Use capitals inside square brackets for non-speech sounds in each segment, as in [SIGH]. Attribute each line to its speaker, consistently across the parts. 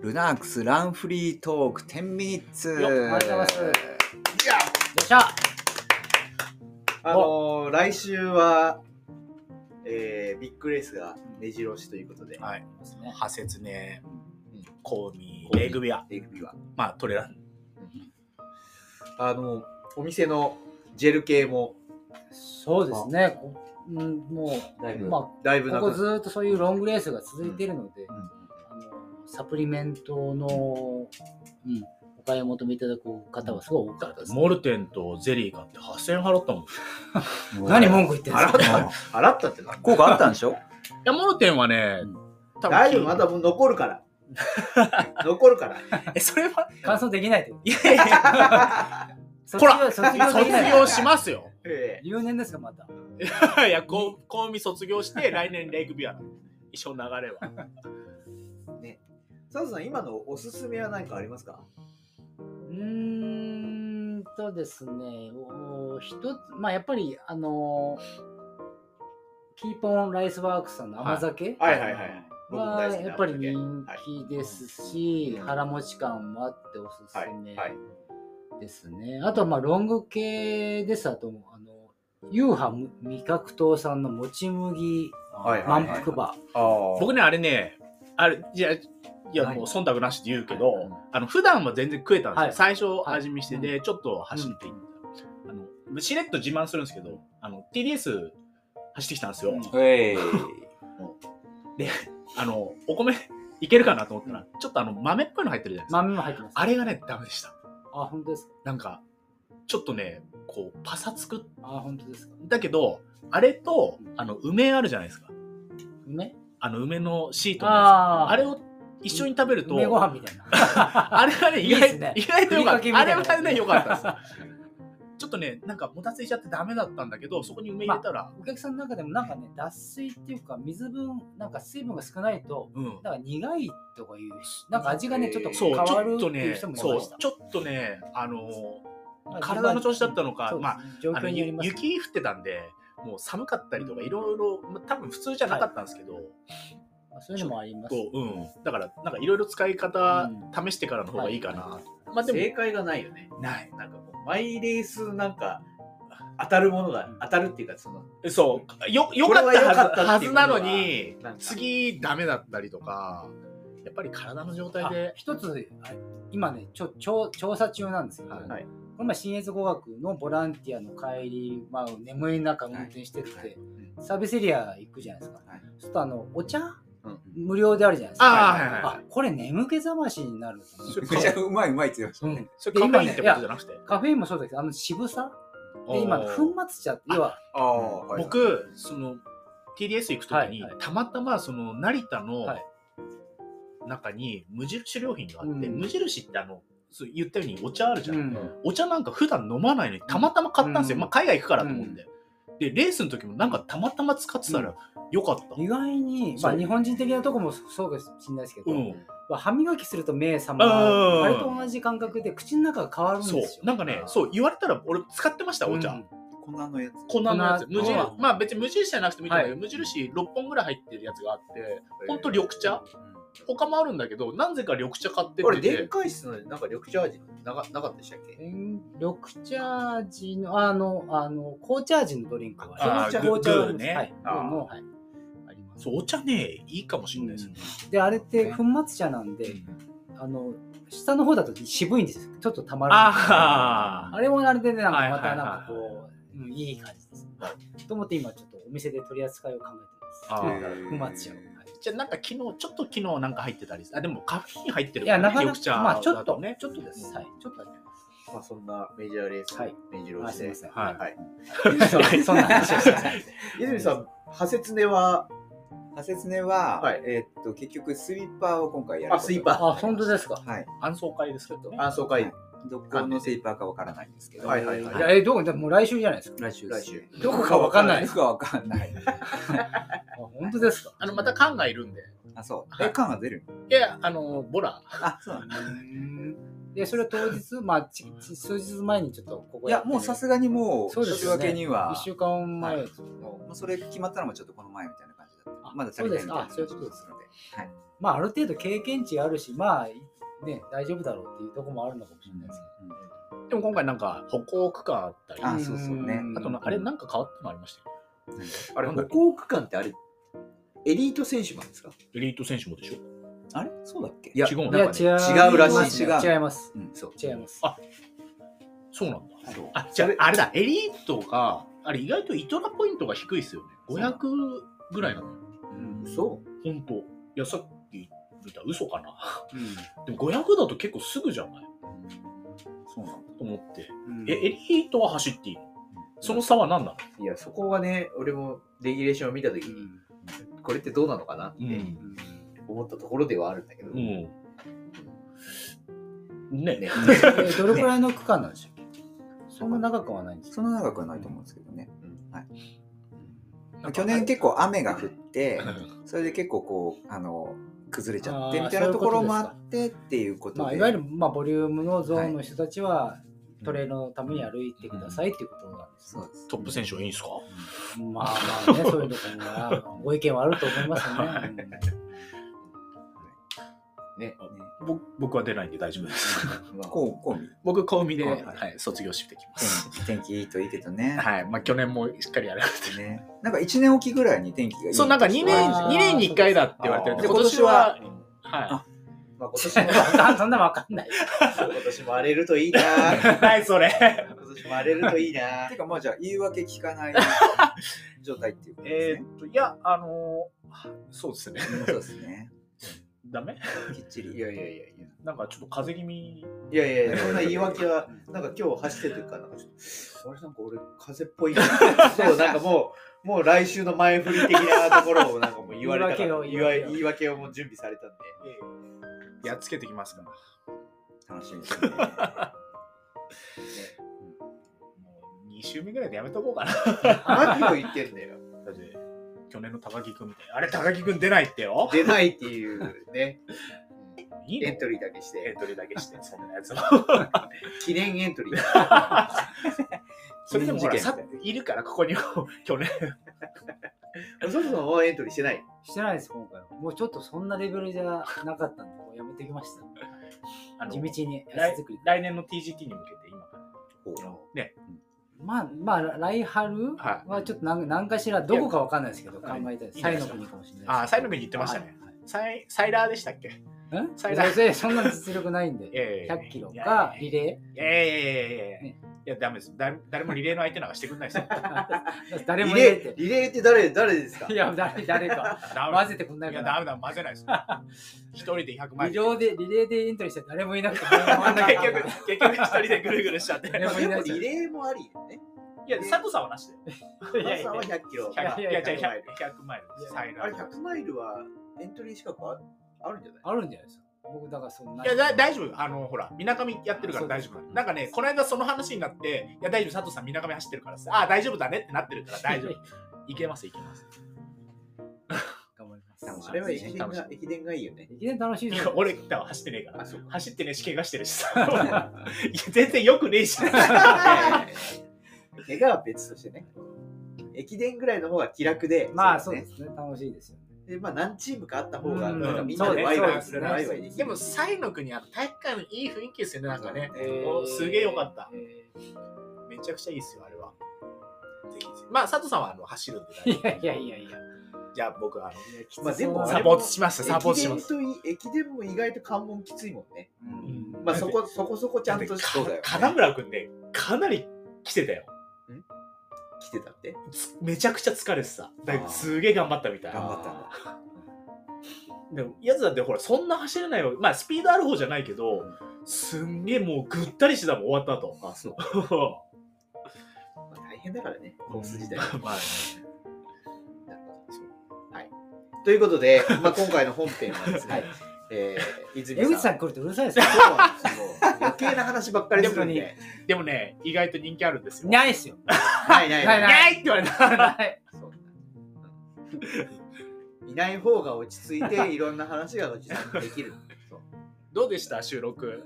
Speaker 1: ルナークスランフリートーク10ミニッツ
Speaker 2: よっありがとうございますよ
Speaker 3: いや
Speaker 2: っしゃ
Speaker 3: あのー、来週は、えー、ビッグレースが目白押しということで、
Speaker 2: はい。派切ね、コウミ
Speaker 3: コウミ
Speaker 2: レグビア。
Speaker 3: レグビーは。
Speaker 2: まあ、トレラン。
Speaker 3: あのー、お店のジェル系も
Speaker 4: そうですね、こうん、も、
Speaker 3: だいうぶ、
Speaker 4: ま
Speaker 3: だい
Speaker 4: あ、
Speaker 3: ぶな
Speaker 4: ここ
Speaker 3: く
Speaker 4: ずーっとそういうロングレースが続いているので、
Speaker 3: んうん
Speaker 4: あのサプリメントの、うん、お買い求めいただく方はすごい多かったです、
Speaker 2: モルテンとゼリー買って8000円払ったもん。い
Speaker 4: 何文句言ってんす
Speaker 3: 払っ
Speaker 4: か
Speaker 3: た払ったってな
Speaker 1: 効果あったんでしょ
Speaker 2: や、モルテンはね、多分
Speaker 3: 大丈夫まだもう残るから
Speaker 4: [LAUGHS]
Speaker 3: 残るから
Speaker 2: [LAUGHS] え、それは、
Speaker 4: 感想できないと
Speaker 2: いやいやいや
Speaker 4: 卒
Speaker 2: こ
Speaker 4: 業
Speaker 2: ら
Speaker 4: [LAUGHS] 卒業できない
Speaker 2: 卒業しますよ。
Speaker 3: ええ
Speaker 4: 留年ですかまた
Speaker 2: いや、コウコウミ卒業して、来年レグビア。一緒の流れは。
Speaker 3: 佐藤さん今のおすすめは何かありますか
Speaker 4: うーんとですね、お一つ、まあやっぱり、あのキーポンライスワークスさんの甘酒
Speaker 3: はいはいはい僕も
Speaker 4: は、
Speaker 3: 大好きな
Speaker 4: やっぱり
Speaker 3: 甘
Speaker 4: 人気ですし、
Speaker 3: はい
Speaker 4: 腹持ち感もあっておすす
Speaker 3: 酒はいはい
Speaker 4: めですね。あとはまあロング系です、あと、あの、ユーハ味覚糖さんのもち麦
Speaker 3: はいはい
Speaker 4: 満腹バ
Speaker 3: ああ
Speaker 2: 僕ね、あれね、あれ、いや、いや、
Speaker 4: はい
Speaker 2: もう忖度なしで言うけど、
Speaker 4: はい
Speaker 2: あの、普段は全然食えたんですよ。
Speaker 4: はい
Speaker 2: 最初
Speaker 4: はい
Speaker 2: 味見してで、ちょっと走っていった、あの、しれっと自慢するんですけど、あの、TDS 走ってきたんですよ。
Speaker 4: うん
Speaker 1: えい
Speaker 2: あの、お米 [LAUGHS] いけるかなと思ったら、ちょっとあの、豆っぽいの入ってるじゃないですか。
Speaker 4: ー。豆も入ってます。
Speaker 2: あれがね、ダメでした。
Speaker 4: あ、本当ですか
Speaker 2: なんか、ちょっとね、こう、パサつく。
Speaker 4: あ、本当ですか
Speaker 2: だけど、あれと、あの、梅あるじゃないですか。
Speaker 4: 梅
Speaker 2: あの、梅のシートのやつ
Speaker 4: あー
Speaker 2: あれを一緒に食べると、
Speaker 4: 梅ご飯みたいな。
Speaker 2: [LAUGHS] あれはね、意
Speaker 4: [LAUGHS] いいで
Speaker 2: 外
Speaker 4: すね
Speaker 2: 意外と良かっ
Speaker 4: ふり
Speaker 2: た。
Speaker 4: か
Speaker 2: あ
Speaker 4: け
Speaker 2: れ
Speaker 4: みたい
Speaker 2: は
Speaker 4: な
Speaker 2: ね、良かったです。ちょっとね、なんかもたついちゃってダメだったんだけど、そこに梅入れたら、
Speaker 4: [LAUGHS] お客さんの中でもなんかね脱水っていうか水分なんか水分が少ないと
Speaker 2: うん。
Speaker 4: なんか苦いとかいうしなんか味がねちょっと
Speaker 2: そう、
Speaker 4: 変
Speaker 2: ち
Speaker 4: わ
Speaker 2: ょ
Speaker 4: る
Speaker 2: っ
Speaker 4: って
Speaker 2: と
Speaker 4: いう
Speaker 2: ね
Speaker 4: 人、もい
Speaker 2: そ
Speaker 4: ま
Speaker 2: う
Speaker 4: した、
Speaker 2: ちょっとね、あのー体の調子だったのか、まあ、
Speaker 4: 状
Speaker 2: あの
Speaker 4: 況によります
Speaker 2: 雪降ってたんで、もう寒かったりとか、いろいろ、まあ多分普通じゃなかったんですけど、
Speaker 4: まあそういうのもあります
Speaker 2: こううん、だから、なんかいろいろ使い方、
Speaker 4: う
Speaker 2: 試してからの方がいいかな。
Speaker 4: は
Speaker 2: まあで
Speaker 3: 正
Speaker 2: も、
Speaker 3: 解がないよね
Speaker 2: ない。
Speaker 3: なんかもうマイレースなんか当たるものが当たるっていうかその
Speaker 2: そう、よ、よかったはず
Speaker 3: これは良かった
Speaker 2: は
Speaker 3: ってい
Speaker 2: ず
Speaker 3: う
Speaker 2: なのに
Speaker 3: のはなん、か
Speaker 2: 次ダメだったりとか、やっぱり体の状態
Speaker 4: あ
Speaker 2: で、
Speaker 4: 一つあ今ねちょ調調査中なんですけど、
Speaker 2: はい
Speaker 3: はい
Speaker 4: この前新越語学のボランティアの帰り、まあ、眠い中運転してて、
Speaker 3: はいはい
Speaker 4: サービスエリア行くじゃないですか、
Speaker 3: はい
Speaker 4: ちょっとあのお茶
Speaker 3: うん
Speaker 4: 無料であるじゃないです
Speaker 2: あ
Speaker 4: か
Speaker 2: あ、はいはいは
Speaker 4: あこれ眠気覚ましになると思って
Speaker 2: い。
Speaker 1: めちゃうまいうまいって言ってました
Speaker 4: うん
Speaker 2: それ
Speaker 4: で
Speaker 2: カフ
Speaker 4: 今
Speaker 2: ェイ
Speaker 4: ね
Speaker 2: ンってことじゃなくて。
Speaker 4: カフェインもそうだけど、あの渋さで今、
Speaker 2: お
Speaker 4: 粉
Speaker 2: ー
Speaker 4: 末茶って、要は、
Speaker 3: ああ、はい、
Speaker 2: 僕、その、TDS 行くときに、
Speaker 4: はいはい
Speaker 2: たまたま、その、成田の
Speaker 4: はい
Speaker 2: 中に無印良品があって、
Speaker 4: うん
Speaker 2: 無印ってあの、そう言ったようにお茶あるじゃん。
Speaker 4: うん
Speaker 2: お茶なんか普段飲まないのに、たまたま買ったんですよ。
Speaker 4: うん
Speaker 2: まあ、海外行くからと思って。で、レースの時もなんかたまたま使ってたら、よかった。
Speaker 4: 意外に、
Speaker 2: そう
Speaker 4: まあ、日本人的なとこもそうかもしれないですけど、
Speaker 2: うん
Speaker 4: まあ歯磨きすると目覚
Speaker 2: うん
Speaker 4: まる、あれと同じ感覚で口の中が変わるん
Speaker 2: そう
Speaker 4: ですよ。
Speaker 2: なんかね
Speaker 1: あー
Speaker 2: そう言われたら俺使ってましたお茶、
Speaker 4: うん
Speaker 1: こんなのやつ
Speaker 2: 粉のやつ
Speaker 4: 粉
Speaker 2: 無印
Speaker 4: うん
Speaker 2: まあ別に無印じゃなくてもいいんだけど、
Speaker 4: は
Speaker 2: 無印6本ぐらい入ってるやつがあってほんと緑茶他もあるんだけどなぜか緑茶買って
Speaker 3: これ
Speaker 2: ってて
Speaker 3: 電解質のなんか緑茶味なかなかったでしたっけ
Speaker 4: 緑茶味の、あの、あの、紅茶味のドリンクは、
Speaker 2: あ
Speaker 4: 紅茶
Speaker 2: グ
Speaker 4: 紅茶
Speaker 2: グー
Speaker 4: なんです
Speaker 2: ね
Speaker 4: はい、グ
Speaker 3: あー
Speaker 4: ーも、はい、あります。
Speaker 2: そうお茶ねいいかもしれないですね、
Speaker 4: で、あれって粉末茶なんで、あの、下の方だと渋いんですよ。ちょっとたまらない。
Speaker 2: あ
Speaker 4: あれもあれでね、なんかま
Speaker 2: は
Speaker 4: た
Speaker 2: いはいはい
Speaker 4: なんかこう、うんいい感じです。と思って今ちょっとお店で取り扱いを考えて
Speaker 2: あ
Speaker 4: ま
Speaker 2: ー
Speaker 4: す。
Speaker 1: ー
Speaker 4: [LAUGHS] 粉末茶を。はい
Speaker 2: じゃあなんか昨日ちょっと昨日なんか入ってたりあでもカフェイン入ってる
Speaker 4: いや、なかな
Speaker 2: 緑茶
Speaker 4: か、まあちょっ
Speaker 2: だ
Speaker 4: と
Speaker 2: ね、
Speaker 4: ちょっとです。はい、ちょっとだけ
Speaker 3: まあそんなメジャーレース、
Speaker 4: はい
Speaker 3: メジロ
Speaker 4: あ
Speaker 3: ー
Speaker 4: すいません。
Speaker 2: はい
Speaker 4: はい。そんな話をしてません。
Speaker 3: 泉さん派切ねは
Speaker 1: ハセツネは、
Speaker 3: はい
Speaker 1: えーっと結局スイッパーを今回やること
Speaker 3: あスイーパー
Speaker 4: あ、本当ですか。
Speaker 1: はい
Speaker 2: 暗送会ですけどね
Speaker 3: 暗奏会
Speaker 1: どこのスイッパーかわからないんですけど、
Speaker 3: はいはい
Speaker 4: いや、え、どこ、でももう来週じゃないですか。
Speaker 1: 来週で
Speaker 3: 来
Speaker 1: す
Speaker 3: 週
Speaker 4: どこかわかんな
Speaker 1: ど
Speaker 4: いです。
Speaker 1: こかわかんない
Speaker 4: あ、本当ですか。
Speaker 2: あのまた缶がいるんで
Speaker 1: あそう
Speaker 2: は
Speaker 1: え
Speaker 2: い
Speaker 1: 缶が出る
Speaker 2: いやあのボラ
Speaker 1: あそうなんだ
Speaker 4: で、それ当日、まあ、ちち数日前にちょっとここ
Speaker 1: いやもうさすがにもう
Speaker 4: そうです
Speaker 1: 年
Speaker 4: よ
Speaker 1: 明
Speaker 4: ね
Speaker 1: けには
Speaker 4: 1週間前
Speaker 1: もうそれ決まったのもちょっとこの前みたいな感じだった
Speaker 4: あ
Speaker 1: まだ足りないみたいな
Speaker 4: そうですかあそういうことです
Speaker 1: のではい
Speaker 4: まあ、ある程度経験値あるし、まあ、ね、大丈夫だろうっていうところもあるのかもしれないです
Speaker 2: でも今回なんか歩行区間あったり、
Speaker 1: あ
Speaker 2: あ
Speaker 1: そうそうね
Speaker 4: うん
Speaker 2: となあれなんか変わったのありましたよね。
Speaker 3: あれ、
Speaker 2: なん
Speaker 3: 歩
Speaker 2: だっけ
Speaker 3: 行区間ってあれ、エリート選手なんですか
Speaker 2: エリート選手もでしょ
Speaker 1: あれそうだっけ
Speaker 3: いや
Speaker 2: 違うの
Speaker 4: いや、
Speaker 3: なんかね
Speaker 4: 違
Speaker 3: 違
Speaker 4: う
Speaker 3: う
Speaker 4: ら
Speaker 3: ら
Speaker 4: し
Speaker 3: し
Speaker 4: い
Speaker 3: い
Speaker 1: ね
Speaker 4: 違います。
Speaker 3: そう。
Speaker 4: 違います。
Speaker 2: あそうなんだ。
Speaker 1: そう
Speaker 2: あ、じゃあ、あれだ、エリートが、あれ意外とイトラポイントが低いですよね。500ぐらいなのよ。
Speaker 1: うん
Speaker 3: そ
Speaker 2: 本当いや、さっき見た嘘かな。
Speaker 1: うん
Speaker 2: でも500だと結構すぐじゃない
Speaker 1: そうなんだ
Speaker 2: と思って。
Speaker 3: う
Speaker 2: え、エリートは走っていいのその差は何なの
Speaker 3: いや、そこはね、俺もレギュレーションを見たときに、これってどうなのかなって
Speaker 2: うん
Speaker 3: 思ったところではあるんだけど、
Speaker 2: うん。ね。
Speaker 3: ね、
Speaker 4: えどれくらいの区間なんでしたっけそんな長くはないんです
Speaker 1: そんな長くはないと思うんですけどね
Speaker 2: なんか
Speaker 1: 去年結構雨が降って
Speaker 2: う
Speaker 1: それで結構こうあの崩れちゃって
Speaker 4: あー
Speaker 1: みたいなところもあってっていうことで
Speaker 4: まあ、いわゆる、まあ、ボリュームのゾーンの人たちは、トレーのために歩いてくださいっていうことなんです
Speaker 1: そ
Speaker 4: ね
Speaker 1: うです
Speaker 2: トップ選手はいいんすか
Speaker 4: まあまあ
Speaker 2: [LAUGHS]
Speaker 4: ね、そういうところがご意見はあると思いますね。
Speaker 3: ね
Speaker 2: 僕僕は出ないんで大丈夫です。
Speaker 3: まあ
Speaker 1: こうこう見
Speaker 2: 僕、コウミで、
Speaker 1: はい
Speaker 2: はい、卒業してきます。
Speaker 1: 天気天気いいといいけどね
Speaker 2: はい。まあ、去年もしっかりやらなくて。
Speaker 1: ねなんか1年おきぐらいに天気がいい
Speaker 2: そう、なんか2
Speaker 1: 二
Speaker 2: 年
Speaker 4: あー、
Speaker 2: 二年に1回だって言われてるんで、
Speaker 1: そう
Speaker 2: 今
Speaker 1: か
Speaker 2: 年は
Speaker 3: う、ん
Speaker 2: [LAUGHS] は
Speaker 3: まあ、今年
Speaker 4: [LAUGHS]
Speaker 3: も、
Speaker 4: うん、そんなわかんない。
Speaker 3: 今年も荒れるといいな
Speaker 2: い。ない、それ。
Speaker 3: 今年も荒れるといいな
Speaker 1: てかまあじゃあ言い訳聞かない状態っていうこと
Speaker 2: え
Speaker 1: ですね
Speaker 2: ーっと、いや、あのー、そうですね。
Speaker 1: うんそうですね
Speaker 2: ダメ
Speaker 1: きっち
Speaker 3: い
Speaker 1: り
Speaker 3: やいやいやいや。
Speaker 2: なんかちょっと風邪気味。
Speaker 3: いやいやいや、そん [LAUGHS] な言い訳は、なんか今日走ってるから、なんかちょっと、あれなんか俺、風邪っぽ [LAUGHS] いな。そう、なんかもう、もう来週の前振り的なところをなんかもう言われたから、
Speaker 4: 言
Speaker 3: 言い
Speaker 4: い訳を
Speaker 3: 言い訳をもう準備されたんで。
Speaker 2: やっつけてきますから。
Speaker 1: 楽しみですね
Speaker 2: もう2週目ぐらいでやめとこうかな。
Speaker 3: 何を言ってんだよ。
Speaker 2: だって、去年の高木君みたいな。あれ、高木君出ないってよ。
Speaker 3: 出ないっていうね、
Speaker 2: いいの
Speaker 3: エントリーだけし
Speaker 2: エ
Speaker 3: て、
Speaker 2: ントリーだけして、そんなやつも。
Speaker 3: 記念エントリー。 [LAUGHS]
Speaker 2: それでもほら、
Speaker 1: 記念事
Speaker 2: さ
Speaker 1: 件
Speaker 2: いるから、ここにも [LAUGHS] 去年。
Speaker 3: 俺そもそもエントリーしてない。
Speaker 4: してないです、今回は。もうちょっとそんなレベルじゃなかったんで、もうやめてきました。
Speaker 2: あの
Speaker 4: 地道に
Speaker 2: 来
Speaker 4: 足作り。
Speaker 2: 来年の TGT に向けて、今から。
Speaker 1: ほう
Speaker 4: まあ、まあ、来春
Speaker 2: は
Speaker 4: はちょっと何何かしら、どこかわかんないですけど、考えたいです。
Speaker 2: いや
Speaker 4: サ
Speaker 2: いいで
Speaker 4: イの
Speaker 2: すよ
Speaker 4: 国かもしれないです。
Speaker 2: あー、サイの目に言ってましたね。サイサイラーでしたっけ
Speaker 4: はい。ん
Speaker 2: サイラー
Speaker 4: それそんな実力ない
Speaker 2: [LAUGHS]
Speaker 4: んで。
Speaker 2: ええ
Speaker 4: 100キロかリレ
Speaker 2: いやいやいやいやいや
Speaker 4: ね
Speaker 2: いや、ダメです。だ誰もリレーの相手なんかしてくんないですよ。
Speaker 4: ー。誰
Speaker 3: リ
Speaker 4: も
Speaker 3: レ
Speaker 4: 入れ
Speaker 3: ー
Speaker 4: て、。
Speaker 3: リレーって誰、誰ですか
Speaker 4: いや、誰
Speaker 2: [LAUGHS]
Speaker 4: 誰か。
Speaker 2: ダメ
Speaker 4: 混ぜてくんない
Speaker 2: い
Speaker 4: か
Speaker 2: や、
Speaker 4: な
Speaker 2: ダ。メだ、混ぜない
Speaker 4: [LAUGHS]
Speaker 2: です。一人で100万
Speaker 4: リレーで、リレーでエントリーして誰もいなくて。結
Speaker 2: [LAUGHS] 結局、結局一人でぐるぐるしちゃって。
Speaker 4: で
Speaker 3: まあ
Speaker 4: も
Speaker 3: でもリレーもありよね。
Speaker 2: いや、佐藤さんはなしで。
Speaker 4: いやい
Speaker 3: 朝
Speaker 4: や
Speaker 3: は100キロ。
Speaker 4: や
Speaker 2: 100い
Speaker 4: いや
Speaker 2: や、じゃあ
Speaker 3: 100マイル
Speaker 2: 100 100マイル。サイラ
Speaker 3: あ
Speaker 2: ー
Speaker 3: れ、100マイルはエントリー資格ああるんじゃない
Speaker 4: あるんじゃないですか。僕、だからそんな。
Speaker 2: いやだ大丈夫、あのほら、みなかみやってるから大丈
Speaker 4: そうです
Speaker 2: 夫。なんかね、この間その話になって、いや、大丈夫、佐藤さん、みなかみ走ってるからさ、ああ、大丈夫だねってなってるから大丈夫。いけます、いけます。
Speaker 4: 頑張りま
Speaker 1: 楽しみ
Speaker 4: す
Speaker 3: あ。れは駅伝が、駅伝がいいよね。
Speaker 2: [LAUGHS]
Speaker 4: 駅伝楽しい
Speaker 2: い
Speaker 4: で
Speaker 2: や
Speaker 4: すよ。
Speaker 2: 俺、だから走ってねえから
Speaker 3: あ、。そうか。
Speaker 2: 走ってねえし、怪我してるしさ。いや全然よくねえし。
Speaker 3: 怪我は別としてね。駅伝ぐらいの方が気楽で、
Speaker 4: まあ、
Speaker 3: そ
Speaker 4: そうう
Speaker 3: で
Speaker 4: です
Speaker 3: ね
Speaker 4: すね。楽しいですよ。
Speaker 3: でまあ、何チームかあった方が、
Speaker 4: うん
Speaker 3: なんかみんなでワイワイする、
Speaker 4: そうですね
Speaker 3: ワイワイできる。
Speaker 2: でも、サイの国は体育館のいい雰囲気ですよね、なんかね。
Speaker 4: えー
Speaker 2: おすげえよかった。
Speaker 4: え
Speaker 2: めちゃくちゃいいですよ、あれは。ぜひぜひ。まあ、佐藤さんはあの走るんで
Speaker 4: ー
Speaker 2: 大丈
Speaker 4: いやいやいやい
Speaker 2: 夫。
Speaker 4: や。
Speaker 2: じゃあ、僕はあの
Speaker 3: まあでもあれ
Speaker 2: サポートします、サポート
Speaker 3: 駅
Speaker 2: しま
Speaker 3: 伝
Speaker 2: す。
Speaker 3: とい駅伝も意外と関門きついもんね。
Speaker 1: うん
Speaker 3: まあ、そこ、そこそこちゃんとし
Speaker 2: だってか金村君ね、かなり来てたよ。
Speaker 3: 来てたって。
Speaker 2: つめちゃくちゃ疲れてた。だいぶすげえ頑張ったみたい
Speaker 1: 頑
Speaker 2: な。
Speaker 1: 張ったんだ
Speaker 2: でも、やつだってほら、そんな走れないよ。まあ、スピードある方じゃないけど、すんげえもうぐったりしてたもん、終わった後。
Speaker 3: あ、そう。まあ大変だからね、コース自体。
Speaker 2: まあ
Speaker 3: なるほどそうはい。ということで、まあ、今回の本編はですね、
Speaker 4: はい
Speaker 3: えー、泉
Speaker 4: 江口さ
Speaker 3: ん。
Speaker 4: ん来るとうるさ
Speaker 2: [LAUGHS]
Speaker 4: いですよ。
Speaker 3: そうなんですよ余計な話ばっかりするん
Speaker 4: で
Speaker 3: で
Speaker 4: も。
Speaker 2: でもね、意外と人気あるんですよ。
Speaker 4: ないっすよ。
Speaker 3: ないないない
Speaker 4: な
Speaker 3: い
Speaker 4: ない
Speaker 2: ないって言われた。
Speaker 3: そういない方が落ち着いていろんな話が落ち着いてできる。そう [LAUGHS]
Speaker 2: どうでした収録。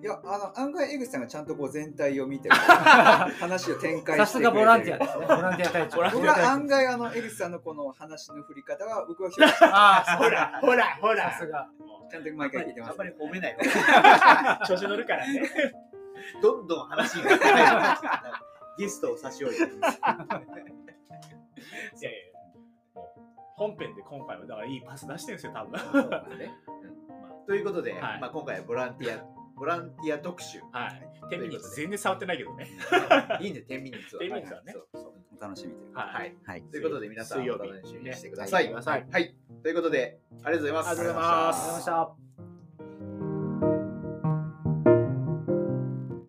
Speaker 1: いや、あの、案外江口さんがちゃんとこう全体を見
Speaker 4: [LAUGHS]
Speaker 1: て、こう話を展開して
Speaker 4: さすがボランティアですね。ボランティア隊長。
Speaker 2: ボランティア隊長
Speaker 1: 僕は案外、あの、江口さんのこの話の振り方は、僕はちゃん
Speaker 4: ああ、
Speaker 2: ほら、ほら、ほ
Speaker 4: さ
Speaker 2: ら
Speaker 4: す。が。
Speaker 1: と毎回聞いてま
Speaker 3: あん
Speaker 1: す
Speaker 3: ま。り褒めないわ。
Speaker 2: 調子乗るからね。
Speaker 3: どんどん話がない。ゲストを差し置いて。
Speaker 2: いやいやいやもう本編で今回はだからいいパス出してるんですよ、多分。
Speaker 3: そうですねということで、
Speaker 2: はい
Speaker 3: まあ、今回はボランティア、ボランティア特集。
Speaker 2: はい。天秤術全然触ってないけどね。
Speaker 3: いいね、10ミニッツは。
Speaker 2: 10ミニッツはね
Speaker 3: そうそう
Speaker 1: お楽しみで。
Speaker 2: は。
Speaker 3: はいい。
Speaker 1: はい。
Speaker 3: ということで、皆さん、
Speaker 2: 水曜
Speaker 3: お
Speaker 2: 日
Speaker 3: 楽しみにしてください。
Speaker 2: ね
Speaker 3: はい。ということで、ありがと
Speaker 2: ありがとうご
Speaker 3: うございます。
Speaker 2: ざいます
Speaker 4: ありがとうございました。